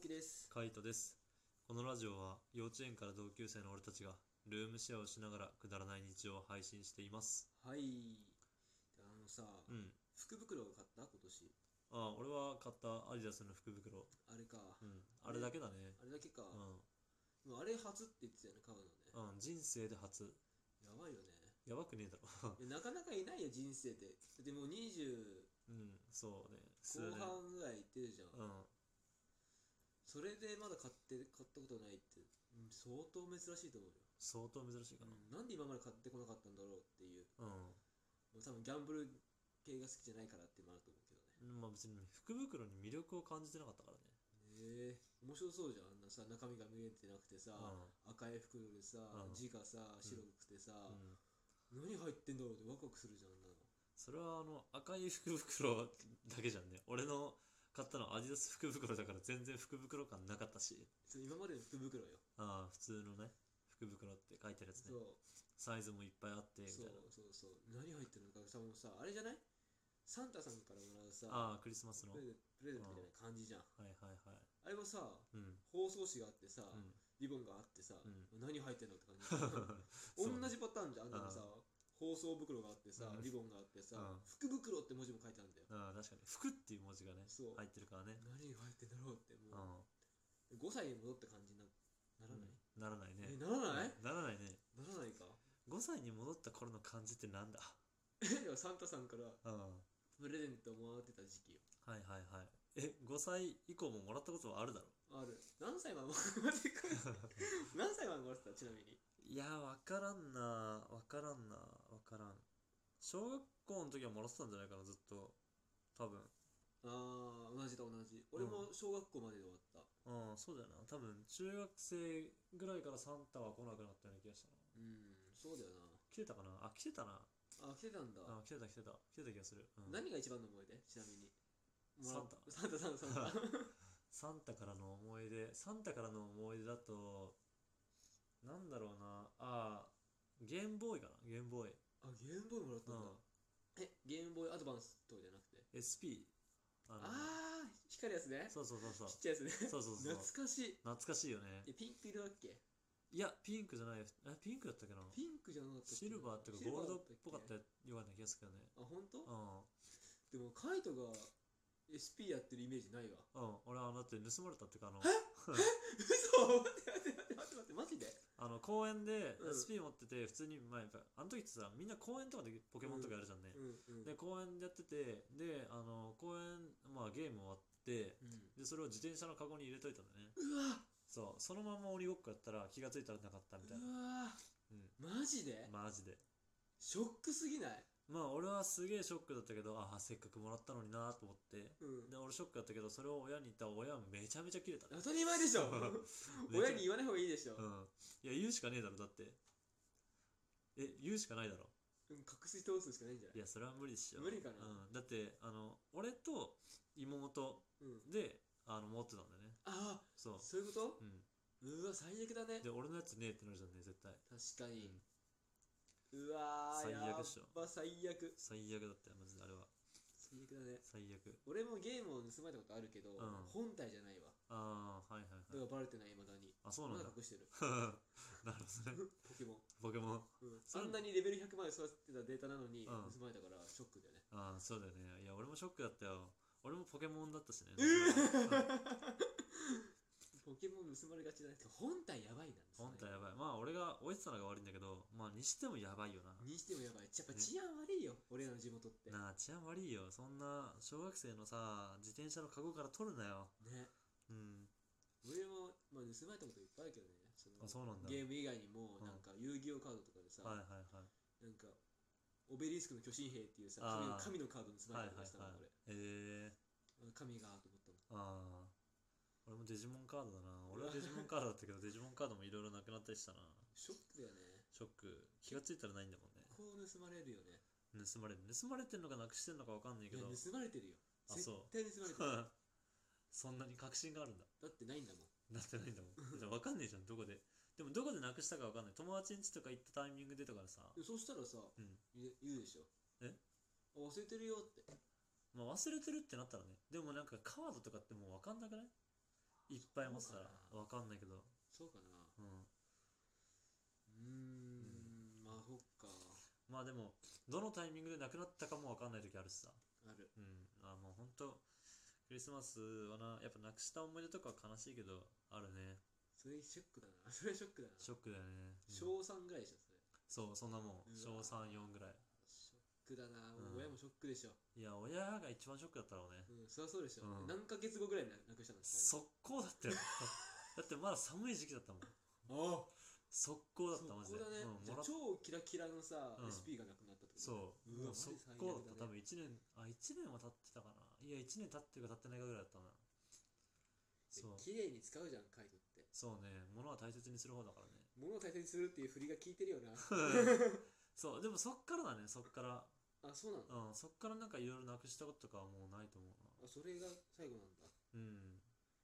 きですカイトですこのラジオは幼稚園から同級生の俺たちがルームシェアをしながらくだらない日常を配信していますはいであのさ、うん福袋を買った今年ああ俺は買ったアディダスの福袋あれか、うんあれだけだねあれだけか、うでもあれ初って言ってたよね買うのねん、うん、人生で初やばいよねやばくねえだろいやなかなかいないよ人生でだってもう20うんそうね数後年半ぐらいいってるじゃん、うんそれでまだ買って買ったことないって、うん相当珍しいと思うよ、相当珍しいかなうんなんで今まで買ってこなかったんだろうっていううん、もう多分ギャンブル系が好きじゃないからっていうのもあると思うけどねまあ別に福袋に魅力を感じてなかったからええね面白そうじゃんあんなさ中身が無限ってなくてさ、赤い袋でさ、うん字がさ白くてさ、うん、うん、何入ってんだろうってワクワクするじゃんあんなのそれはあの赤い福袋 だけじゃんね俺の買ったのはアディダス福袋だから全然福袋感なかったしそれ今までの福袋よ、ああ普通のね福袋って書いてあるやつそねうサイズもいっぱいあってみたいそうなそうそう何入ってるのかさもうさあれじゃないサンタさんからもらうさああクリスマスのプはいレゼプレゼントみたいな感じじゃんあはいはいれもさうん包装紙があってさ、うん リボンがあってさ、う何入ってんのって 感じそうね同じパターンじゃんあんなのさ包装袋があってさ、うんリボンがあってさ、うん福袋って文字も書いてあるんだよああ確かに服っていう文字がねそう入ってるからね何が入ってんだろうってうもう、5歳に戻った感じになならない、んならないねえならないならないねならないか5歳に戻った頃の感じってなんだいやサンタさんからうんはプレゼントもらってた時期よいはいはいえ5歳以降ももらったことはあ るだろある何歳までも らってくる何歳までもらってたちなみにいやわからんなわからんなわからん小学校の時はもらってたんじゃないかなずっと多分ああ同じだ同じ俺も小学校までで終わったうん、そうだよな。多分、中学生ぐらいからサンタは来なくなったような気がしたな。うん、そうだよ来てたかなあ、来てたなな。あ来てたんだ、あ、来てた来てた。来てた気がする。うん、何が一番の思い出ちなみにもらったササンタサンタサンタサンタからの思い出。サンタからの思い出だと、なんだろうな。あー、ゲームボーイかなゲームボーイ。 あゲームボーイもらったんだ、えゲームボーイアドバンスとかじゃなくて SP。あのああー光るやつねそうそうそうそうち。っちゃいやつねそうそうそう。懐かしい懐かしいよね。えピンク色だっけいや、ピンクじゃない。え、ピンクだったっけなピンクじゃなかったっけシルバーっていうシかルゴーバルだドっぽかったけような気がするけどね。あ本当、うん。でもカイトが SP やってるイメージ ないわうん、俺はだって盗まれたっていうかあの嘘待って待って待って待ってマジであの公園でうん SP 持ってて普通に、まあ、やっぱあの時ってさみんな公園とかでポケモンとかやるじゃんね、うんうんで公園でやっててであの公園、まあ、ゲーム終わってうんでそれを自転車のカゴに入れといたんだねうわそうそのまま鬼ごっこやったら気がついたらなかったみたいなうわうんマジで、マジでショックすぎないまあ俺はすげえショックだったけどああせっかくもらったのになと思ってうんで俺ショックだったけどそれを親に言ったら親はめちゃめちゃキレたね当たり前でしょ めちゃ親に言わない方がいいでしょ、うんいや言うしかねえだろだってえ言うしかないだろうん、隠し通すしかないんじゃないいやそれは無理っしょ無理かなうん、だってあの俺と妹うん、であの持ってたんだよねあそあうそういうこと、う、うわ最悪だねん、で俺のやつねえってなるじゃんね絶対確かに、うわー最悪やっっしょぱ最悪最悪だったよマジであれは最悪だね最悪俺もゲームを盗まれたことあるけど、う本ん体じゃないわああはいはいだはからバレていない未だにあそうまなだん隠だしてる なるほどねポケモン、ポケモンうんそあうんなにレベル100まで育てたデータなのにうん盗まれたからショックだよね、ああそうだよねいや俺もショックだったよ俺もポケモンだったし ね、ポケモン盗まれがちだね本体やばいな本体やばいいまあ俺が追いつたのが悪いんだけどまあにしてもやばいよなにしてもやばいやっぱ治安悪いよ、俺らの地元ってねなあ治安悪いよそんな小学生のさ自転車のカゴから取るなようん俺も、まあ、盗まれたこといっぱいあるけどねそのあそうなんだゲーム以外にもうんなんか遊戯王カードとかでさ、はいはいはいなんかオベリスクの巨神兵っていうさあー神の神のカード盗まはいれはいたりはしたいの、俺。えー、神がと思ったのああ。俺もデジモンカードだな。俺はデジモンカードだった けど、デジモンカードもいろいろなくなったりしたな。ショックだよねショック。気がついたらないんだもんね。こう盗まれるよね盗まれる。盗まれてんのかなくしてんのかわかんないいけやど。盗まれてるよあ絶そう対盗まれてる そんなに確信があるんだ。だってないんだもんなってないんだもん。だわかんないじゃん、どこで。でもどこでなくしたかわかんない。友達ん家とか行ったタイミングでとかさ。でもそうしたらさ、うん言う言うでしょえあ忘れてるよってまあ忘れてるってなったらね。でもなんかカードとかってもうわかんなくないいっぱい持ってそうたかならわかんないけどそうかなうんうーんまあそっかまあでもどのタイミングでなくなったかもわかんない時あるしさあるうんあもうほんとクリスマスはなやっぱなくした思い出とかは悲しいけどあるねそれショックだなそれショックだなショックだよね、うん小3ぐらいでしょそれそうそんなもんう小わ34ぐらいショックだなうん親もショックでしょいや親が一番ショックだったろうねうんそりゃそうでしょうん何ヶ月後ぐらいにななくしたんですか速攻だっ たよだってまだ寒い時期だったもんああ速攻だっそたマジこでだねうんじゃあもらっ超キラキラのさうん SP がなくなったってことそううわもマうジ速最悪だね攻だった多分1年あ一年は経ってたかないや1年経ってるか経ってないかぐらいだったなえそう綺麗に使うじゃんカイトってそうね物は大切にする方だからね物を大切にするっていう振りが効いてるよな そうでもそっからだねそっからあそうなのうんそっからなんかいろいろなくしたこととかはもうないと思うなあそれが最後なんだうん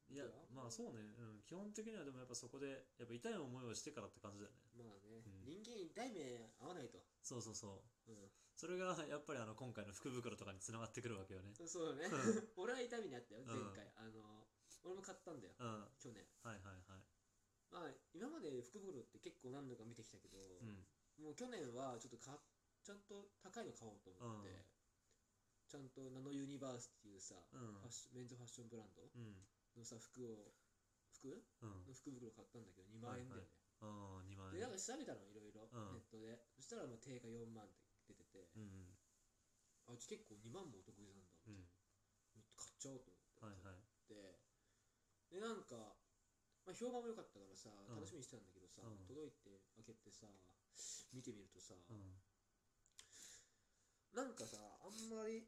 いやいやまあそうね、うん、基本的にはでもやっぱそこでやっぱ痛い思いをしてからって感じだよねまあねうん人間痛い目合わないとそうそうそう うんそれがやっぱりあの今回の福袋とかにつながってくるわけよねそうそうだね 俺は痛みにあったよん前回あの俺も買ったんだようんは去年いはいはいまあ今まで福袋って結構何度か見てきたけどうんもう去年はちょっとかちゃんと高いの買おうと思ってうんちゃんとナノユニバースっていうさうフんァッションメンズファッションブランドうんのさ服を服うんの福袋買ったんだけど2万円だよねああ2万でな円んか調べたのいろいろうんネットでそしたらまあ定価4万って出ててうんあうち結構2万もお得意なんだうんうん買っちゃおうと思はいってはいででなんか、まあ、評判も良かったからさん楽しみにしてたんだけどさ、うん届いて開けてさ見てみるとさ、うんなんかさあんまり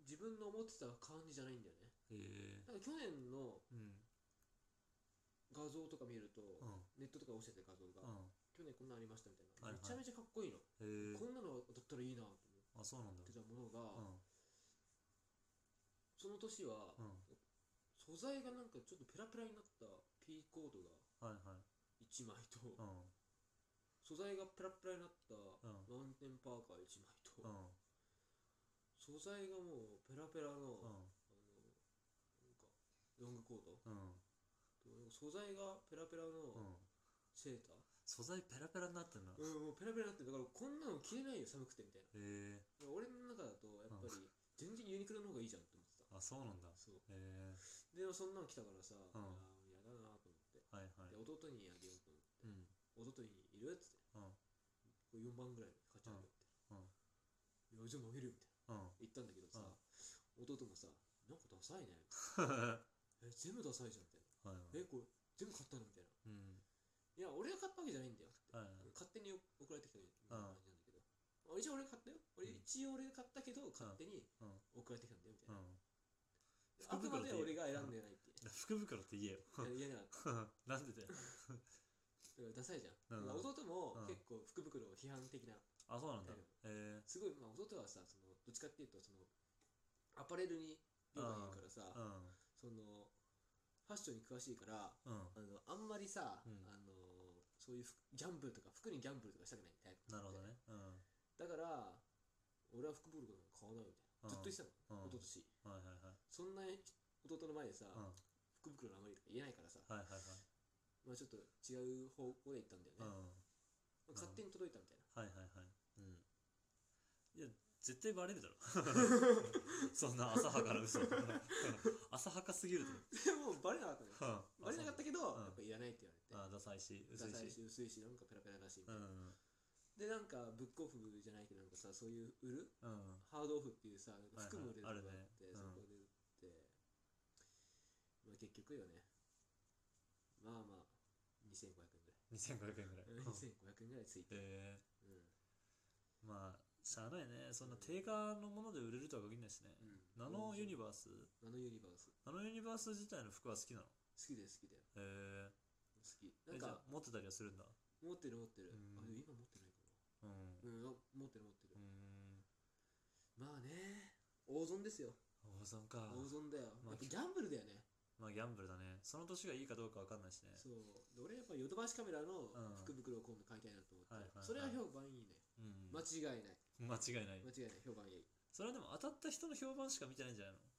自分の思ってた感じじゃないんだよねへえなんか去年のうん画像とか見ると、うんネットとか落ちてて画像が、うん去年こんなのありましたみたいな、はいはいめちゃめちゃかっこいいの、へえこんなのだったらいいなと思っあそうなんだてたものうが、んその年は、うん素材がなんかちょっとペラペラになったピーコードがはいはい1枚と、うん素材がペラペラになったうんマウンテンパーカー1枚と、うん素材がもうペラペラの,、うあのんなんかロングコートうんと素材がペラペラうのんセーター、素材ペラペラになってんなへうん、もうペラペラになってるだからこんなの着れないよ寒くてみたいえな俺の中だとやっぱり全然ユニクロの方がいいじゃんって思ってたあそうなんだへそうでえそんなの着たからさ、んいや嫌だなと思ってはいはいで弟にあげようと思ってうん弟にいるっつってうんこれ4万ぐらい買っちゃうよって、いやじゃあもう見るよみたいなうん言ったんだけどさ、うん弟もさなんかダサいね え全部ダサいじゃんみたいなはいはえいこれ全部買ったのみたいなうんいや俺が買ったわけじゃないんだよって、はい勝手に送られてきたみたいな感じなんだけど、あ一応俺が買ったよ俺うん一応俺が買ったけど勝手にうん送られてきたんだよみたいうな、んあくまで俺が選んでないって、福袋って言えよ いやいやだかなんでだよらダサいじゃん、うんまあ弟もうん結構福袋批判的なあそうなんだへえすごい、まあ、弟はさそのどっちかっていうとそのアパレルに量がいるからさ、うんそのファッションに詳しいからうんあのあんまりさ、うんあのそういう服ギャンブルとか服にギャンブルとかしたくないタイプなるほどねうんだから俺は福袋なんか買わないみたいなずっと言ってたうんの、はい一昨年はいはいそんな弟の前でさ、うん福袋のあまりとか言えないからさ、はいはいはいまあ、ちょっと違う方向で行ったんだようんね、まあ勝手に届いたみたいな、はいはいはいうんいや絶対バレるだろ そんな浅はかな嘘 浅はかすぎるで もうバレなかったのよだろバレなかったけど、うんやっぱいらないって言われて、あダサいしダ薄いサいしし薄いしなんかペラペラだしみうたいな、んでなんかブックオフじゃないけどなんかさそういう売るうんハードオフっていうさ、なんか服も売れるとこはいはいがあって、あるねうんそこで売って、まあ結局よね、まあまあ、2500円ぐ2500円ぐらい らい。2500円ぐらいついて。えうん。ーまあしゃあないねそんな定価のもので売れるとは限らないしねうんナノユニバーバースス。ナノユニバース。ナノユニバース自体の服は好きなの好きだよ、好きだよ。へえ好き。なえんじゃあか、持ってたりはするんだ持ってる持ってる。うんあ、でも今持ってないかな。うんうん、あ持ってる持ってうる。んまあね、大損ですよ。大損か大損だよ。まあやっぱギャンブルだよね。まあギャンブルだねその年がいいかどうかわかんないしねそう。で俺やっぱヨドバシカメラのうん福袋を今度買いたいなと思ってはいはいは。いそれは評判いいね。うん間違いない。間違いない間違いない、評判いい。それはでも当たった人の評判しか見てないんじゃないのあ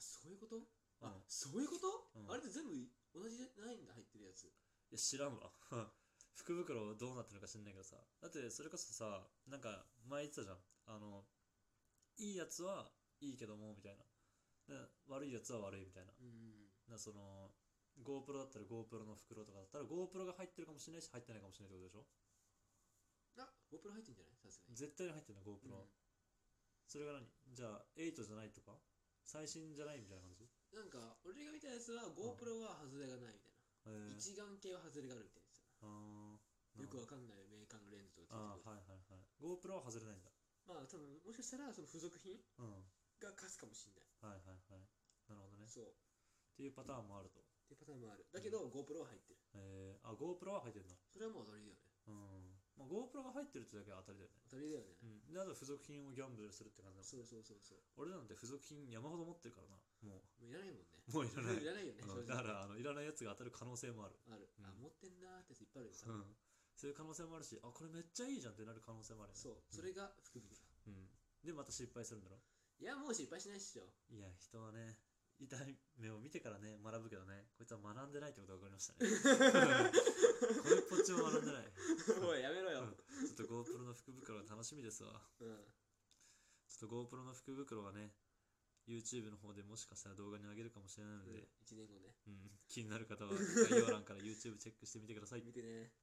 そういうことあうんそういうこと、うんあれって全部同じじゃないんだ入ってるやついや知らんわ 福袋どうなってるか知んないけどさだってそれこそさなんか前言ってたじゃんあのいいやつはいいけどもみたいなで悪いやつは悪いみたいなうんなその GoPro だったら GoPro の袋とかだったら GoPro が入ってるかもしれないし入ってないかもしれないってことでしょあ GoPro 入ってんじゃないさすがに絶対に入ってるの GoPro、それが何じゃあ8じゃないとか最新じゃないみたいな感じうん、なんか俺が見たやつは GoPro は外れがないみたいへな、え一眼系は外れがあるみたいなやつあだーなよくなわるかんないメーカーのレンズとほどかあーはいはいはい GoPro は外れないんだまあ多分もしかしたらその付属品うんが貸すかもしんない、はいはいはいなるほどねそうっっていうパターンもあるとていうパターンもあるだけど GoPro は入ってるえー、あ GoPro は入ってるなそれはもう当たりだよねうん、まあ、GoPro が入ってるってだけは当たりだよね当たりだよね、うんであと付属品をギャンブルするって感じだもんそうそうそうそう俺なんて付属品山ほど持ってるからなももういらないもんねうもういら ないいらないよねうん正だ直からあのいらないやつが当たる可能性もある、ある、あうん持ってんなーってやついっぱいあるよ、多う分ん、そういう可能性もあるしあこれめっちゃいいじゃんってなる可能性もあるよねそうそんれが福袋うん、でまた失敗するんだろいやもう失敗しないっしょ いや人はね痛い目を見てからね学ぶけどねこいつは学んでないってことが分かりま したねこれっぽっちも学んでないおいやめろよ、うんちょっと GoPro の福袋が楽しみですわうんちょっと GoPro の福袋はね YouTube の方でもしかしたら動画に上げるかもしれないので、 1年後ねうん気になる方は概要欄から YouTube チェックしてみてください見てね